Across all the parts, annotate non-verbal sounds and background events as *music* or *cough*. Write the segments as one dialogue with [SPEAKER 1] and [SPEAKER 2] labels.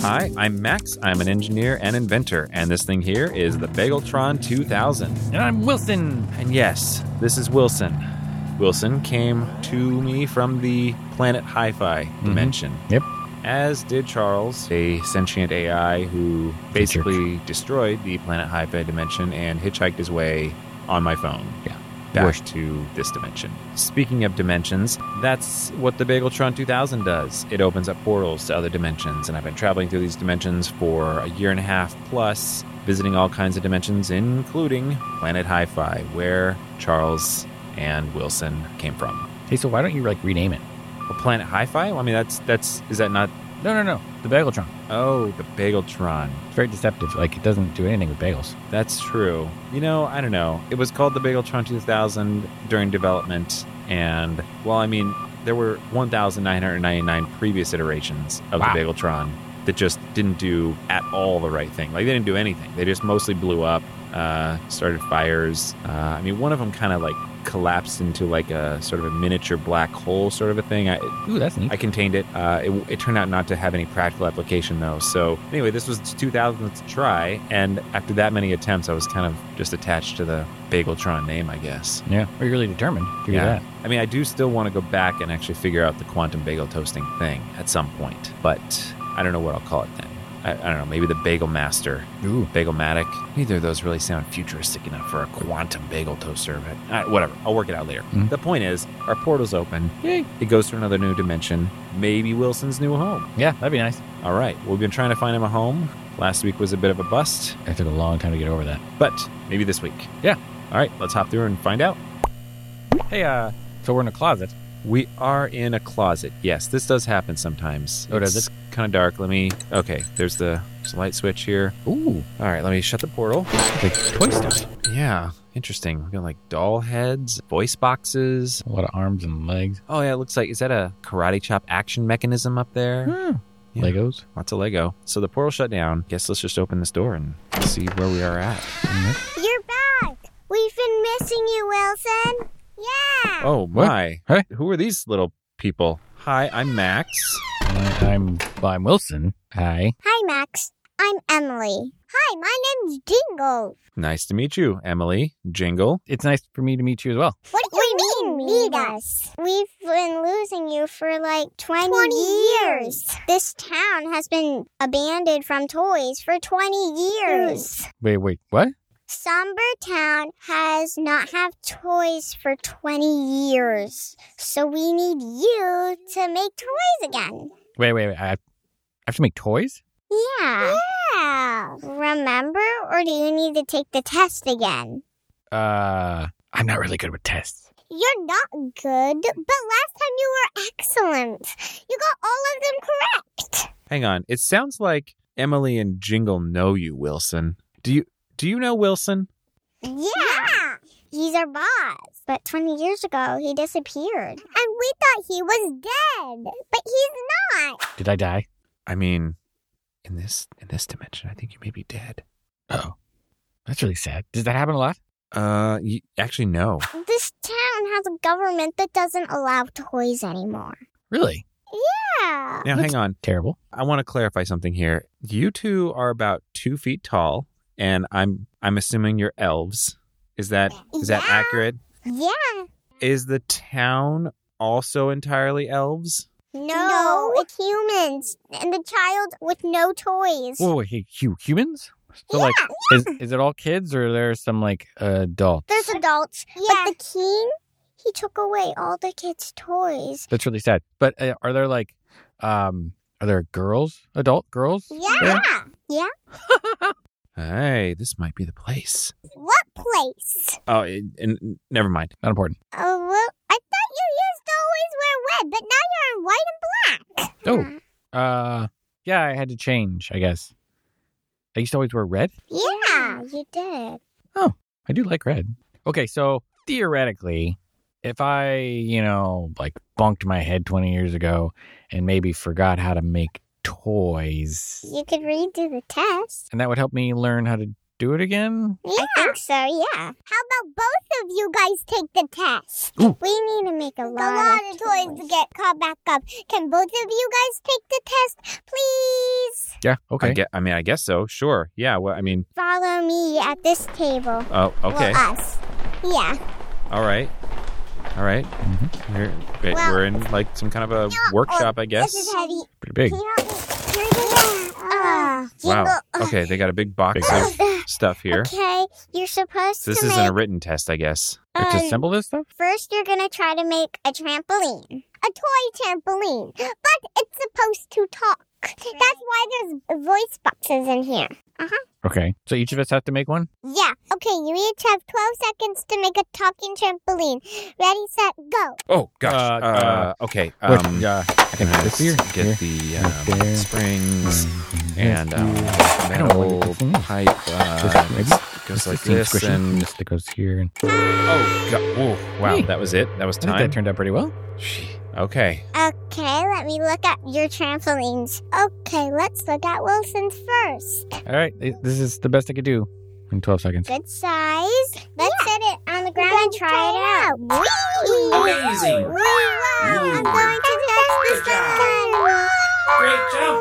[SPEAKER 1] Hi, I'm Max. I'm an engineer and inventor, and this thing here is the Bageltron 2000. And I'm Wilson. And yes, this is Wilson. Wilson came to me from the planet Hi Fi dimension.
[SPEAKER 2] Yep.
[SPEAKER 1] As did Charles, a sentient AI who basically destroyed the planet Hi Fi dimension and hitchhiked his way on my phone
[SPEAKER 2] Yeah.
[SPEAKER 1] back
[SPEAKER 2] Worst.
[SPEAKER 1] to this dimension. Speaking of dimensions, that's what the Bageltron 2000 does. It opens up portals to other dimensions, and I've been traveling through these dimensions for a year and a half plus, visiting all kinds of dimensions, including Planet Hi Fi, where Charles and Wilson came from.
[SPEAKER 2] Hey, so why don't you like rename it?
[SPEAKER 1] Well, Planet Hi Fi? I mean, that's, that's, is that not,
[SPEAKER 2] No, no, no. The Bageltron.
[SPEAKER 1] oh, the Bageltron.
[SPEAKER 2] It's very deceptive. Like it doesn't do anything with bagels.
[SPEAKER 1] That's true. You know, I don't know. It was called the Bageltron 2000 during development, and well, I mean, there were 1,999 previous iterations of
[SPEAKER 2] Wow.
[SPEAKER 1] the Bageltron that just didn't do at all the right thing. Like they didn't do anything. They just mostly blew up, uh, started fires. Uh, I mean, one of them kind of like collapsed into like a sort of a miniature black hole sort of a thing. I,
[SPEAKER 2] Ooh, that's neat.
[SPEAKER 1] I contained it. Uh, it. It turned out not to have any practical application, though. So anyway, this was 2000th try, and after that many attempts, I was kind of just attached to the Bageltron name, I guess.
[SPEAKER 2] yeah. We're really determined to do that.
[SPEAKER 1] I mean, I do still want to go back and actually figure out the quantum bagel toasting thing at some point, but I don't know what I'll call it then. I, I don't know. Maybe the Bagel Master,
[SPEAKER 2] Ooh.
[SPEAKER 1] Bagelmatic. Neither of those really sound futuristic enough for a quantum bagel toaster, but uh, whatever. I'll work it out later.
[SPEAKER 2] Mhm.
[SPEAKER 1] The point is, our portal's open.
[SPEAKER 2] Yay.
[SPEAKER 1] It goes to another new dimension, maybe Wilson's new home.
[SPEAKER 2] Yeah, that'd be nice.
[SPEAKER 1] All right, we've been trying to find him a home. Last week was a bit of a bust,
[SPEAKER 2] It took a long time to get over that.
[SPEAKER 1] but maybe this week.
[SPEAKER 2] Yeah.
[SPEAKER 1] All right, let's hop through and find out.
[SPEAKER 2] Hey, uh, so we're in a closet.
[SPEAKER 1] We are in a closet. Yes, this does happen sometimes.
[SPEAKER 2] Oh, does
[SPEAKER 1] it's Kind of dark. Let me. Okay, there's the there's a light switch here.
[SPEAKER 2] Ooh,
[SPEAKER 1] All right, let me shut the portal.
[SPEAKER 2] like toy stuff.
[SPEAKER 1] Yeah, interesting. We got like doll heads, voice boxes.
[SPEAKER 2] A lot of arms and legs.
[SPEAKER 1] Oh yeah, it looks like is that a karate chop action mechanism up there?
[SPEAKER 2] Hmm.
[SPEAKER 1] Yeah.
[SPEAKER 2] Legos.
[SPEAKER 1] Lots of Lego. So the portal shut down. Guess let's just open this door and see where we are at.
[SPEAKER 3] You're back! We've been missing you, Wilson! Yeah!
[SPEAKER 1] Oh
[SPEAKER 2] What?
[SPEAKER 1] my.
[SPEAKER 2] Hey.
[SPEAKER 1] Who are these little people? Hi, I'm Max.
[SPEAKER 2] I- Uh, I'm I'm Wilson. Hi.
[SPEAKER 3] Hi, Max. I'm Emily. Hi, my name's Dingle.
[SPEAKER 1] Nice to meet you, Emily. Jingle.
[SPEAKER 2] It's nice for me to meet you as well.
[SPEAKER 3] What do you mean, meet us? We've been losing you for like 20, years. This town has been abandoned from toys for 20 years.
[SPEAKER 2] Wait, wait, what?
[SPEAKER 3] Somber Town has not have toys for 20 years. So we need you to make toys again.
[SPEAKER 2] Wait, wait, wait. I I have to make toys?
[SPEAKER 3] Yeah. Yeah. Remember, or do you need to take the test again?
[SPEAKER 2] Uh, I'm not really good with tests.
[SPEAKER 3] You're not good, but last time you were excellent. You got all of them correct.
[SPEAKER 1] Hang on. It sounds like Emily and Jingle know you, Wilson. Do you do you know Wilson?
[SPEAKER 3] Yeah. He's our boss. But 20 years ago, he disappeared. And we thought he was dead, but he's not.
[SPEAKER 2] Did I die?
[SPEAKER 1] I mean, in this in this dimension, I think you may be dead.
[SPEAKER 2] Oh, that's really sad. Does that happen a lot?
[SPEAKER 1] Uh, y actually no.
[SPEAKER 3] This town has a government that doesn't allow toys anymore.
[SPEAKER 2] Really
[SPEAKER 3] Yeah.
[SPEAKER 1] Now hang on.
[SPEAKER 2] terrible.
[SPEAKER 1] I want to clarify something here. You two are about two feet tall, and I'm I'm assuming you're elves. Is that is that
[SPEAKER 3] Yeah.
[SPEAKER 1] accurate?
[SPEAKER 3] Yeah.
[SPEAKER 1] Is the town also entirely elves?
[SPEAKER 3] No, it's humans. And the child with no toys.
[SPEAKER 2] Whoa, wait, hey, hu- humans? So like,
[SPEAKER 3] Yeah.
[SPEAKER 2] is is it all kids or are there some like adults?
[SPEAKER 3] There's adults. But the king, he took away all the kids' toys.
[SPEAKER 2] That's really sad. But uh, are there like, um, are there girls, adult girls?
[SPEAKER 3] Yeah.
[SPEAKER 1] Hey, this might be the place.
[SPEAKER 3] What place?
[SPEAKER 1] Oh, it, and, never mind.
[SPEAKER 2] Not important.
[SPEAKER 3] Oh, well, I thought you used to always wear red, but now you're in white and black.
[SPEAKER 2] Oh. Uh, yeah, I had to change. I guess. I used to always wear red.
[SPEAKER 3] Yeah, you did.
[SPEAKER 2] I do like red. Okay, so theoretically, if I, you know, like bonked my head 20 years ago and maybe forgot how to make toys,
[SPEAKER 3] You could redo the test.
[SPEAKER 2] and that would help me learn how to do it again?
[SPEAKER 3] Yeah. I think so, yeah. How about both of you guys take the test?
[SPEAKER 2] Ooh.
[SPEAKER 3] We need to make a lot, of, toys
[SPEAKER 4] toys.
[SPEAKER 3] to get caught back up. Can both of you guys take the test, please?
[SPEAKER 2] Yeah.
[SPEAKER 1] I,
[SPEAKER 2] Okay.
[SPEAKER 1] gue- I mean, I guess so. Sure. Yeah. Well, I mean,
[SPEAKER 3] Follow me at this table.
[SPEAKER 1] oh, okay.
[SPEAKER 3] Well, us. Yeah.
[SPEAKER 1] All right. All right.
[SPEAKER 2] Mm-hmm.
[SPEAKER 1] Here- wait,
[SPEAKER 3] Well- oh,
[SPEAKER 1] we're in like some kind of a workshop, I guess.
[SPEAKER 3] This is heavy.
[SPEAKER 2] Pretty big.
[SPEAKER 3] Can you help me? Here it is. Ah,
[SPEAKER 1] Oh. Wow.
[SPEAKER 3] jingle.
[SPEAKER 1] Okay, they got a big box
[SPEAKER 2] Big
[SPEAKER 1] of
[SPEAKER 3] *laughs*
[SPEAKER 1] stuff here.
[SPEAKER 3] Okay, you're supposed
[SPEAKER 1] This
[SPEAKER 3] to
[SPEAKER 1] isn't
[SPEAKER 3] make.
[SPEAKER 1] a written test, I guess.
[SPEAKER 2] Have to
[SPEAKER 3] um,
[SPEAKER 2] assemble this stuff?
[SPEAKER 3] First, you're gonna try to make a trampoline, a toy trampoline, but it's supposed to talk. That's why there's voice boxes in here.
[SPEAKER 2] Okay. So each of us have to make one?
[SPEAKER 3] Yeah. Okay, you each have 12 seconds to make a talking trampoline. Ready, set, go.
[SPEAKER 1] Oh gosh.
[SPEAKER 2] Uh,
[SPEAKER 1] Uh, okay. Um,
[SPEAKER 2] yeah.
[SPEAKER 1] I can
[SPEAKER 2] this here.
[SPEAKER 1] get
[SPEAKER 2] Here. Mm-hmm.
[SPEAKER 1] the
[SPEAKER 2] Right
[SPEAKER 1] um,
[SPEAKER 2] there.
[SPEAKER 1] springs and um,
[SPEAKER 2] I don't know what
[SPEAKER 1] metal
[SPEAKER 2] this thing is.
[SPEAKER 1] pipe. Uh,
[SPEAKER 2] maybe?
[SPEAKER 1] it goes like
[SPEAKER 2] seems
[SPEAKER 1] this,
[SPEAKER 2] squishy.
[SPEAKER 1] and
[SPEAKER 2] this that goes here. And
[SPEAKER 1] oh, go- whoa, wow,
[SPEAKER 2] Hey.
[SPEAKER 1] that was it. That was
[SPEAKER 2] I think that
[SPEAKER 1] time.
[SPEAKER 2] turned out pretty well.
[SPEAKER 1] Gee, Okay.
[SPEAKER 3] Okay, let me look at your trampolines. Okay, let's look at Wilson's first.
[SPEAKER 2] All right. It- This is the best I could do in 12 seconds.
[SPEAKER 3] Good size. Let's set it on the ground and try it out. Whee!
[SPEAKER 4] Amazing.
[SPEAKER 3] Whee! Wow, I'm going to test this one.
[SPEAKER 4] Great job.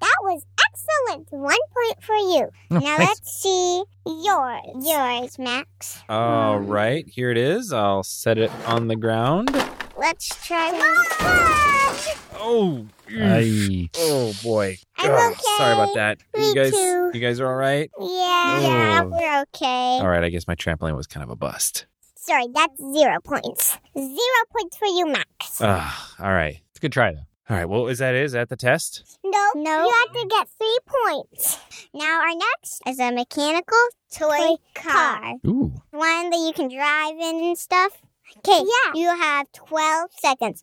[SPEAKER 3] That was excellent. One point for *laughs* you.
[SPEAKER 2] Oh,
[SPEAKER 3] Now
[SPEAKER 2] thanks.
[SPEAKER 3] let's see yours. Yours, Max.
[SPEAKER 1] All right. Here it is. I'll set it on the ground.
[SPEAKER 3] Let's try.
[SPEAKER 1] Oh.
[SPEAKER 2] Aye.
[SPEAKER 1] Oh boy.
[SPEAKER 3] I'm
[SPEAKER 1] Ugh,
[SPEAKER 3] okay.
[SPEAKER 1] Sorry about that.
[SPEAKER 3] Me
[SPEAKER 1] you guys
[SPEAKER 3] too.
[SPEAKER 1] you guys are all right?
[SPEAKER 3] Yeah,
[SPEAKER 1] Yeah.
[SPEAKER 3] we're okay.
[SPEAKER 1] All right, I guess my trampoline was kind of a bust.
[SPEAKER 3] Sorry, that's zero points. Zero points for you, Max.
[SPEAKER 1] Ugh, all right.
[SPEAKER 2] It's a good try, though.
[SPEAKER 1] All right. Well, is that is that the test?
[SPEAKER 3] no, no, you have to get three points. Now our next is a mechanical toy, car.
[SPEAKER 2] Ooh.
[SPEAKER 3] one that you can drive in and stuff. Okay, yeah. you have twelve seconds.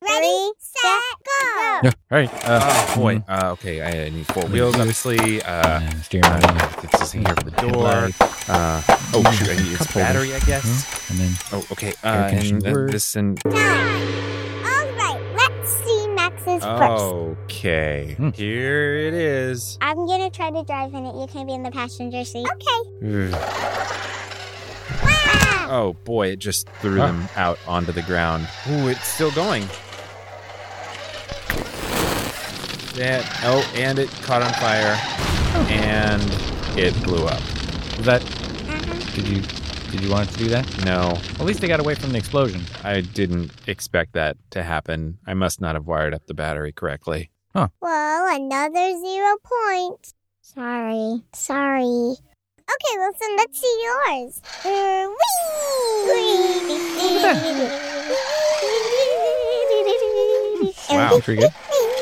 [SPEAKER 3] Ready, set, go.
[SPEAKER 2] Yeah. All right. Uh,
[SPEAKER 1] Oh boy. Uh, okay, I I need four wheels obviously. Uh
[SPEAKER 2] uh, steering
[SPEAKER 1] I don't
[SPEAKER 2] wheel.
[SPEAKER 1] know if it's just in here for the door.
[SPEAKER 2] Headlight.
[SPEAKER 1] Uh, oh shoot! I need it's battery, I guess.
[SPEAKER 2] And then
[SPEAKER 1] Oh, okay.
[SPEAKER 2] Air
[SPEAKER 1] Uh,
[SPEAKER 2] conditioning
[SPEAKER 1] and then
[SPEAKER 2] works.
[SPEAKER 1] this and
[SPEAKER 3] Time. All right, let's see Max's
[SPEAKER 1] Oh.
[SPEAKER 3] first.
[SPEAKER 1] okay.
[SPEAKER 2] Hmm.
[SPEAKER 1] Here it is.
[SPEAKER 3] I'm gonna try to drive in it. You can be in the passenger seat.
[SPEAKER 1] Ugh.
[SPEAKER 3] Okay. Wow.
[SPEAKER 1] Oh boy! It just threw
[SPEAKER 2] Huh.
[SPEAKER 1] them out onto the ground. Ooh, it's still going. That oh, and it caught on fire, and it blew up.
[SPEAKER 2] was that?
[SPEAKER 3] Uh-huh.
[SPEAKER 2] Did you? Did you want us to do that?
[SPEAKER 1] No,
[SPEAKER 2] At least they got away from the explosion.
[SPEAKER 1] I didn't expect that to happen. I must not have wired up the battery correctly.
[SPEAKER 3] Well, another zero point. Sorry, sorry. Okay, Wilson, let's see yours. Uh, whee!
[SPEAKER 1] Wow.
[SPEAKER 2] That's pretty good.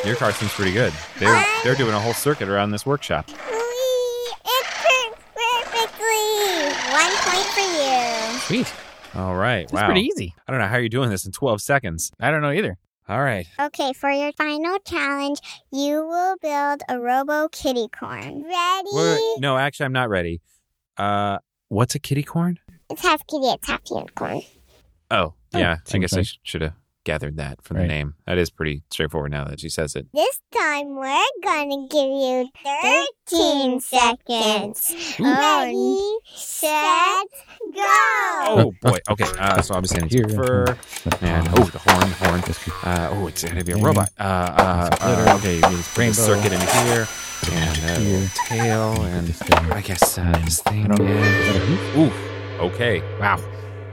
[SPEAKER 1] Your
[SPEAKER 3] *laughs*
[SPEAKER 1] car seems pretty good. They're they're doing a whole circuit around this workshop.
[SPEAKER 3] Whee! It turned perfectly. One point for you.
[SPEAKER 2] Sweet.
[SPEAKER 1] All right.
[SPEAKER 2] That's
[SPEAKER 1] wow.
[SPEAKER 2] pretty easy.
[SPEAKER 1] I don't know how you're doing this in 12 seconds.
[SPEAKER 2] I don't know either.
[SPEAKER 1] All right.
[SPEAKER 3] Okay, for your final challenge, you will build a Robo Kitty Corn. Ready?
[SPEAKER 1] What- no, actually, I'm not ready. Uh, what's a kitty corn?
[SPEAKER 3] It's half kitty, it's half unicorn.
[SPEAKER 1] Oh,
[SPEAKER 2] Oh,
[SPEAKER 1] yeah. I
[SPEAKER 2] seems
[SPEAKER 1] guess I
[SPEAKER 2] nice.
[SPEAKER 1] sh- should have gathered that from the
[SPEAKER 2] Right.
[SPEAKER 1] name. That is pretty straightforward now that she says it.
[SPEAKER 3] This time we're gonna give you 13 seconds. Ready, set, go!
[SPEAKER 1] Oh boy. Okay. Uh, so obviously I need some
[SPEAKER 2] Here.
[SPEAKER 1] fur and oh the horn, horn. Uh, oh, it's gonna be a robot. Uh, uh,
[SPEAKER 2] Splitter.
[SPEAKER 1] uh, okay, we need to put the
[SPEAKER 2] Rainbow.
[SPEAKER 1] circuit in here and uh,
[SPEAKER 2] Here.
[SPEAKER 1] tail and
[SPEAKER 2] This thing.
[SPEAKER 1] I guess uh, this thing.
[SPEAKER 2] I don't know.
[SPEAKER 1] and-
[SPEAKER 2] Is that a hoop?
[SPEAKER 1] Ooh. Okay.
[SPEAKER 2] Wow.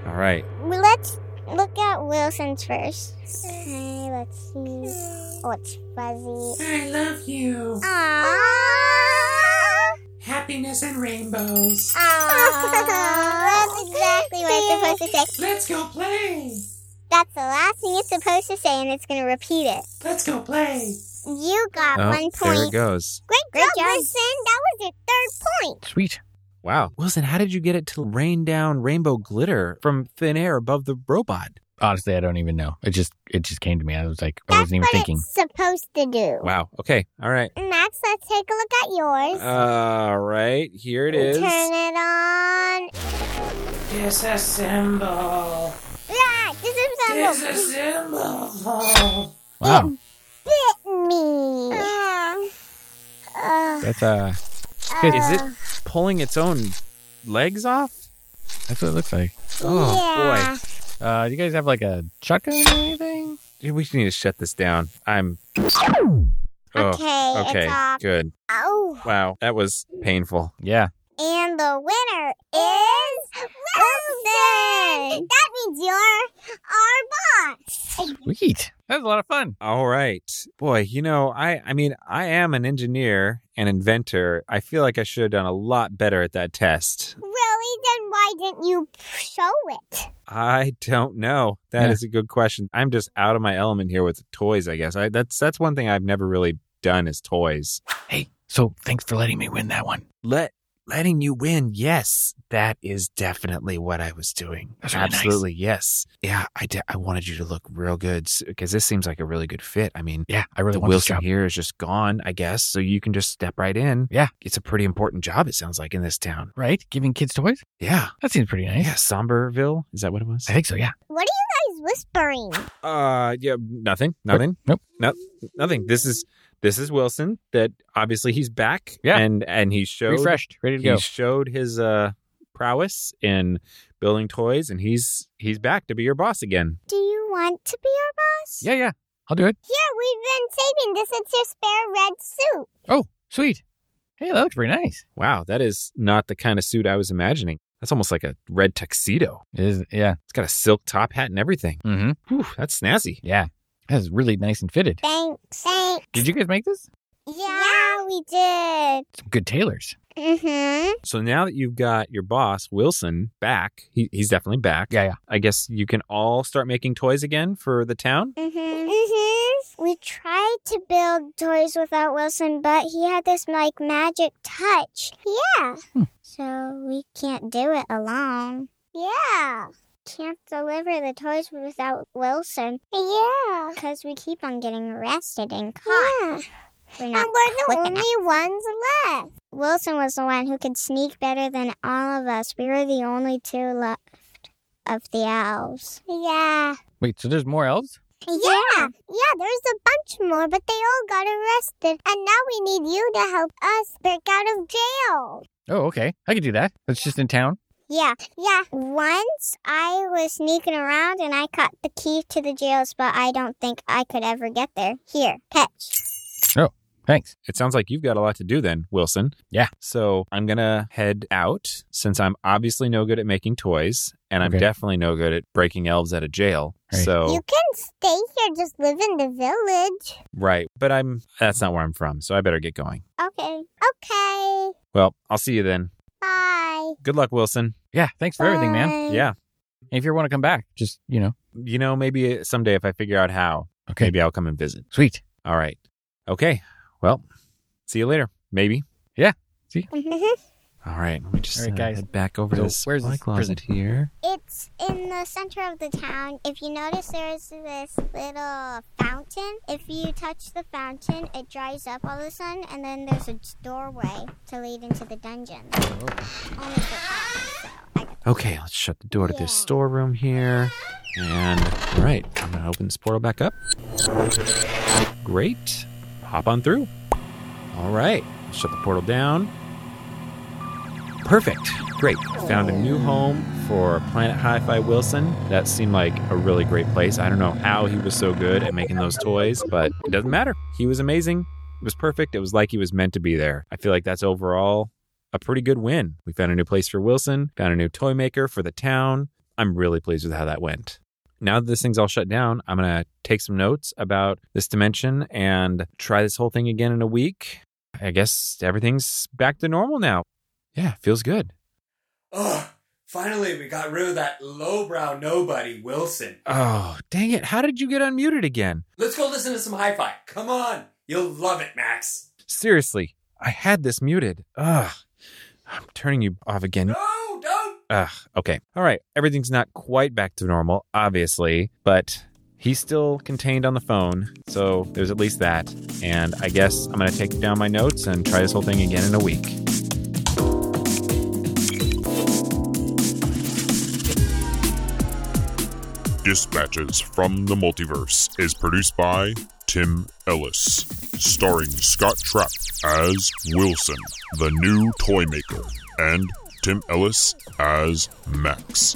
[SPEAKER 1] All right.
[SPEAKER 3] Well, Let's look at Wilson's first. Okay, let's see. Oh, it's fuzzy.
[SPEAKER 4] I love you.
[SPEAKER 3] Aww.
[SPEAKER 4] Happiness and rainbows.
[SPEAKER 3] That's exactly what it's supposed to say.
[SPEAKER 4] Let's go play.
[SPEAKER 3] That's the last thing it's supposed to say, and it's going to repeat it.
[SPEAKER 4] Let's go play.
[SPEAKER 3] You got
[SPEAKER 1] Oh,
[SPEAKER 3] one
[SPEAKER 1] there it
[SPEAKER 3] point.
[SPEAKER 1] goes.
[SPEAKER 3] Great, job, Wilson. That was your third point.
[SPEAKER 2] Sweet.
[SPEAKER 1] Wow. Wilson, how did you get it to rain down rainbow glitter from thin air above the robot?
[SPEAKER 2] Honestly, I don't even know. It just it just came to me. I was like, I
[SPEAKER 3] That's
[SPEAKER 2] wasn't even
[SPEAKER 3] what
[SPEAKER 2] thinking.
[SPEAKER 3] it's supposed to do.
[SPEAKER 1] Wow. Okay. All right.
[SPEAKER 3] Max, let's take a look at yours.
[SPEAKER 1] All right. Oh, Here it is.
[SPEAKER 3] Turn it on.
[SPEAKER 4] Disassemble.
[SPEAKER 3] Ah, disassemble.
[SPEAKER 4] Disassemble.
[SPEAKER 2] Wow.
[SPEAKER 3] Bit me. Uh,
[SPEAKER 2] That's uh
[SPEAKER 1] Is it
[SPEAKER 3] uh,
[SPEAKER 1] pulling its own legs off?
[SPEAKER 2] that's what it looks like.
[SPEAKER 1] Oh,
[SPEAKER 3] yeah.
[SPEAKER 2] Uh you guys have like a shotgun or anything?
[SPEAKER 1] boy. We need to shut this down. I'm Ugh.
[SPEAKER 3] Okay,
[SPEAKER 1] oh, okay,
[SPEAKER 3] it's off.
[SPEAKER 1] good.
[SPEAKER 3] Oh,
[SPEAKER 1] Wow, that was painful.
[SPEAKER 2] Yeah.
[SPEAKER 3] and the winner is Wilson. That means you're our boss.
[SPEAKER 2] Sweet. That was a lot of fun.
[SPEAKER 1] All right. Boy, you know, I I mean, I am an engineer and inventor. I feel like I should have done a lot better at that test.
[SPEAKER 3] Really? Then why didn't you show it?
[SPEAKER 1] I don't know. That is
[SPEAKER 2] Yeah.
[SPEAKER 1] a good question. I'm just out of my element here with toys, I guess. I that's that's one thing I've never really done is toys.
[SPEAKER 2] Hey, so thanks for letting me win that one.
[SPEAKER 1] Let letting you win. Yes, that is definitely what I was doing.
[SPEAKER 2] That's really nice.
[SPEAKER 1] Absolutely. Yes. Yeah, I de- I wanted you to look real good because this seems like a really good fit. I mean,
[SPEAKER 2] Yeah, I really
[SPEAKER 1] the
[SPEAKER 2] want this
[SPEAKER 1] Wilson
[SPEAKER 2] job.
[SPEAKER 1] here is just gone, I guess. So you can just step right in.
[SPEAKER 2] Yeah.
[SPEAKER 1] It's a pretty important job, it sounds like, in this town.
[SPEAKER 2] Right? Giving kids toys?
[SPEAKER 1] Yeah.
[SPEAKER 2] That seems pretty nice.
[SPEAKER 1] Yeah. Somberville. Is that what it was?
[SPEAKER 2] I think so, yeah.
[SPEAKER 3] What are you guys whispering?
[SPEAKER 1] Uh, yeah. Nothing. Nothing.
[SPEAKER 2] Nope.
[SPEAKER 1] No, nothing. This is. This is Wilson. That obviously he's back.
[SPEAKER 2] Yeah.
[SPEAKER 1] and and he showed
[SPEAKER 2] Refreshed, ready to
[SPEAKER 1] he
[SPEAKER 2] go.
[SPEAKER 1] showed his uh prowess in building toys, and he's he's back to be your boss again.
[SPEAKER 3] Do you want to be our boss?
[SPEAKER 2] Yeah, yeah. I'll do it.
[SPEAKER 3] Yeah, we've been saving this. It's your spare red suit.
[SPEAKER 2] Oh, sweet. Hey, that looks pretty nice.
[SPEAKER 1] Wow, that is not the kind of suit I was imagining. That's almost like a red tuxedo.
[SPEAKER 2] It is, yeah.
[SPEAKER 1] It's got a silk top hat and everything.
[SPEAKER 2] Mm-hmm.
[SPEAKER 1] Whew, that's snazzy.
[SPEAKER 2] Yeah. That is really nice and fitted.
[SPEAKER 3] Thanks. Thanks.
[SPEAKER 2] Did you guys make this?
[SPEAKER 3] yeah we did.
[SPEAKER 2] Some good tailors.
[SPEAKER 3] Mm-hmm.
[SPEAKER 1] So now that you've got your boss Wilson back, he, he's definitely back.
[SPEAKER 2] Yeah, yeah.
[SPEAKER 1] I guess you can all start making toys again for the town.
[SPEAKER 3] Mm-hmm. Mm-hmm. We tried to build toys without Wilson, but he had this like magic touch. Yeah. So we can't do it alone. Yeah. Can't deliver the toys without Wilson. Yeah. Because we keep on getting arrested and caught. We're not
[SPEAKER 5] And we're the
[SPEAKER 3] quick
[SPEAKER 5] only
[SPEAKER 3] enough. ones left. Wilson was the one who could sneak better than all of us. We were the only two left of the elves. Yeah.
[SPEAKER 2] Wait, so there's more elves?
[SPEAKER 3] Yeah, yeah, there's a bunch more, but they all got arrested. And now we need you to help us break out of jail.
[SPEAKER 2] Oh, okay. I could do that. That's just in town.
[SPEAKER 3] Yeah, yeah. Once I was sneaking around and I caught the key to the jails, but I don't think I could ever get there. Here, catch.
[SPEAKER 2] Thanks.
[SPEAKER 1] It sounds like you've got a lot to do then, Wilson.
[SPEAKER 2] Yeah.
[SPEAKER 1] So I'm going to head out since I'm obviously no good at making toys and I'm
[SPEAKER 2] Okay.
[SPEAKER 1] definitely no good at breaking elves out of jail.
[SPEAKER 2] Right.
[SPEAKER 1] So,
[SPEAKER 3] You can stay here, just live in the village.
[SPEAKER 1] right. But I'm, that's not where I'm from. So I better get going.
[SPEAKER 3] Okay, okay.
[SPEAKER 1] Well, I'll see you then.
[SPEAKER 3] Bye.
[SPEAKER 1] Good luck, Wilson.
[SPEAKER 2] Yeah, thanks for everything, man.
[SPEAKER 3] Bye.
[SPEAKER 1] Yeah.
[SPEAKER 2] If you want to come back, just, you know.
[SPEAKER 1] You know, maybe someday if I figure out how,
[SPEAKER 2] Okay.
[SPEAKER 1] maybe I'll come and visit.
[SPEAKER 2] Sweet.
[SPEAKER 1] All right. Okay. Well, see you later. Maybe.
[SPEAKER 3] Mhm.
[SPEAKER 1] All right. Let me just
[SPEAKER 2] All right,
[SPEAKER 1] uh,
[SPEAKER 2] guys.
[SPEAKER 1] head back over
[SPEAKER 2] So
[SPEAKER 1] to this
[SPEAKER 2] where's
[SPEAKER 1] supply
[SPEAKER 2] this
[SPEAKER 1] closet here.
[SPEAKER 3] It's in the center of the town. If you notice, there's this little fountain. If you touch the fountain, it dries up all of a sudden, and then there's a doorway to lead into the dungeon. Only for elves, so I got-
[SPEAKER 1] Okay. Let's shut the door to
[SPEAKER 3] Yeah.
[SPEAKER 1] this storeroom here. And all right. I'm going to open this portal back up. Great. Hop on through. All right. Shut the portal down. Perfect. Great. Found a new home for Planet Hi Fi Wilson. That seemed like a really great place. I don't know how he was so good at making those toys, but it doesn't matter. He was amazing. It was perfect. It was like he was meant to be there. I feel like that's overall a pretty good win. We found a new place for Wilson, found a new toy maker for the town. I'm really pleased with how that went. Now that this thing's all shut down, I'm going to take some notes about this dimension and try this whole thing again in a week. I guess everything's back to normal now. Yeah, feels good.
[SPEAKER 4] Oh, finally, we got rid of that lowbrow nobody, Wilson.
[SPEAKER 1] Oh, dang it. How did you get unmuted again?
[SPEAKER 4] Let's go listen to some hi fi. Come on. You'll love it, Max.
[SPEAKER 1] Seriously, I had this muted. Ugh. I'm turning you off again.
[SPEAKER 4] No, don't.
[SPEAKER 1] Ugh. Okay. All right. Everything's not quite back to normal, obviously, but he's still contained on the phone. So there's at least that. And I guess I'm going to take down my notes and try this whole thing again in a week.
[SPEAKER 6] Dispatches from the Multiverse is produced by Tim Ellis, starring Scott Trapp as Wilson, the new toy maker, and Tim Ellis as Max.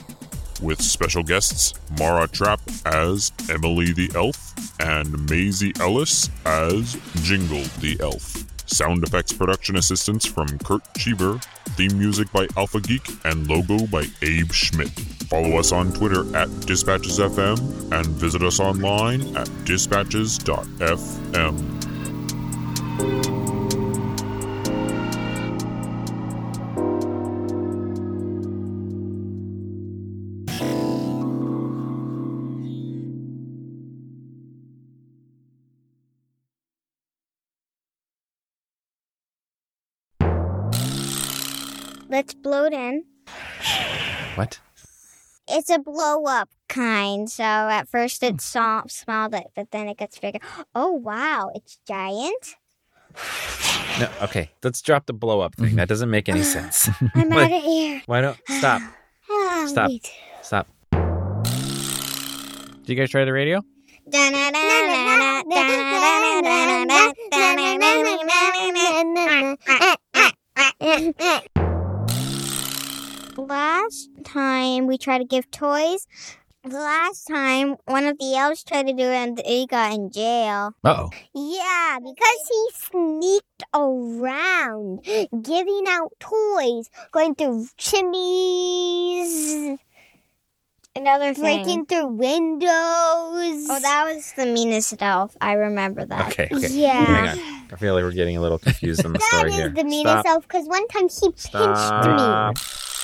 [SPEAKER 6] with special guests Mara Trapp as Emily the Elf and Maisie Ellis as Jingle the Elf. Sound effects production assistance from Kurt Cheever, theme music by Alpha Geek, and logo by Abe Schmidt. Follow us on Twitter at DispatchesFM and visit us online at dispatches.fm.
[SPEAKER 3] Let's blow it in.
[SPEAKER 1] What?
[SPEAKER 3] It's a blow up kind. So at first it saw, smelled it, but then it gets bigger. Oh, wow. It's giant.
[SPEAKER 1] No, okay. Let's drop the blow up thing. That doesn't
[SPEAKER 3] *laughs*
[SPEAKER 1] make any sense.
[SPEAKER 3] I'm
[SPEAKER 1] What?
[SPEAKER 3] out of here.
[SPEAKER 1] Why don't stop?
[SPEAKER 3] Ah,
[SPEAKER 1] Stop.
[SPEAKER 3] wait.
[SPEAKER 1] Stop.
[SPEAKER 2] Did you guys try the radio?
[SPEAKER 3] Last time we tried to give toys. The last time one of the elves tried to do it and he got in jail.
[SPEAKER 2] Uh oh.
[SPEAKER 3] Yeah, because he sneaked around giving out toys, going through chimneys,
[SPEAKER 5] Another
[SPEAKER 3] breaking through windows.
[SPEAKER 5] Oh, that was the meanest elf. I remember that.
[SPEAKER 1] Okay. Okay.
[SPEAKER 3] Yeah.
[SPEAKER 1] Hang on. I feel like we're getting a little confused on the
[SPEAKER 3] *laughs* That
[SPEAKER 1] story
[SPEAKER 3] is
[SPEAKER 1] here.
[SPEAKER 3] the meanest
[SPEAKER 1] Stop.
[SPEAKER 3] elf because one time he pinched
[SPEAKER 1] Stop.
[SPEAKER 3] me.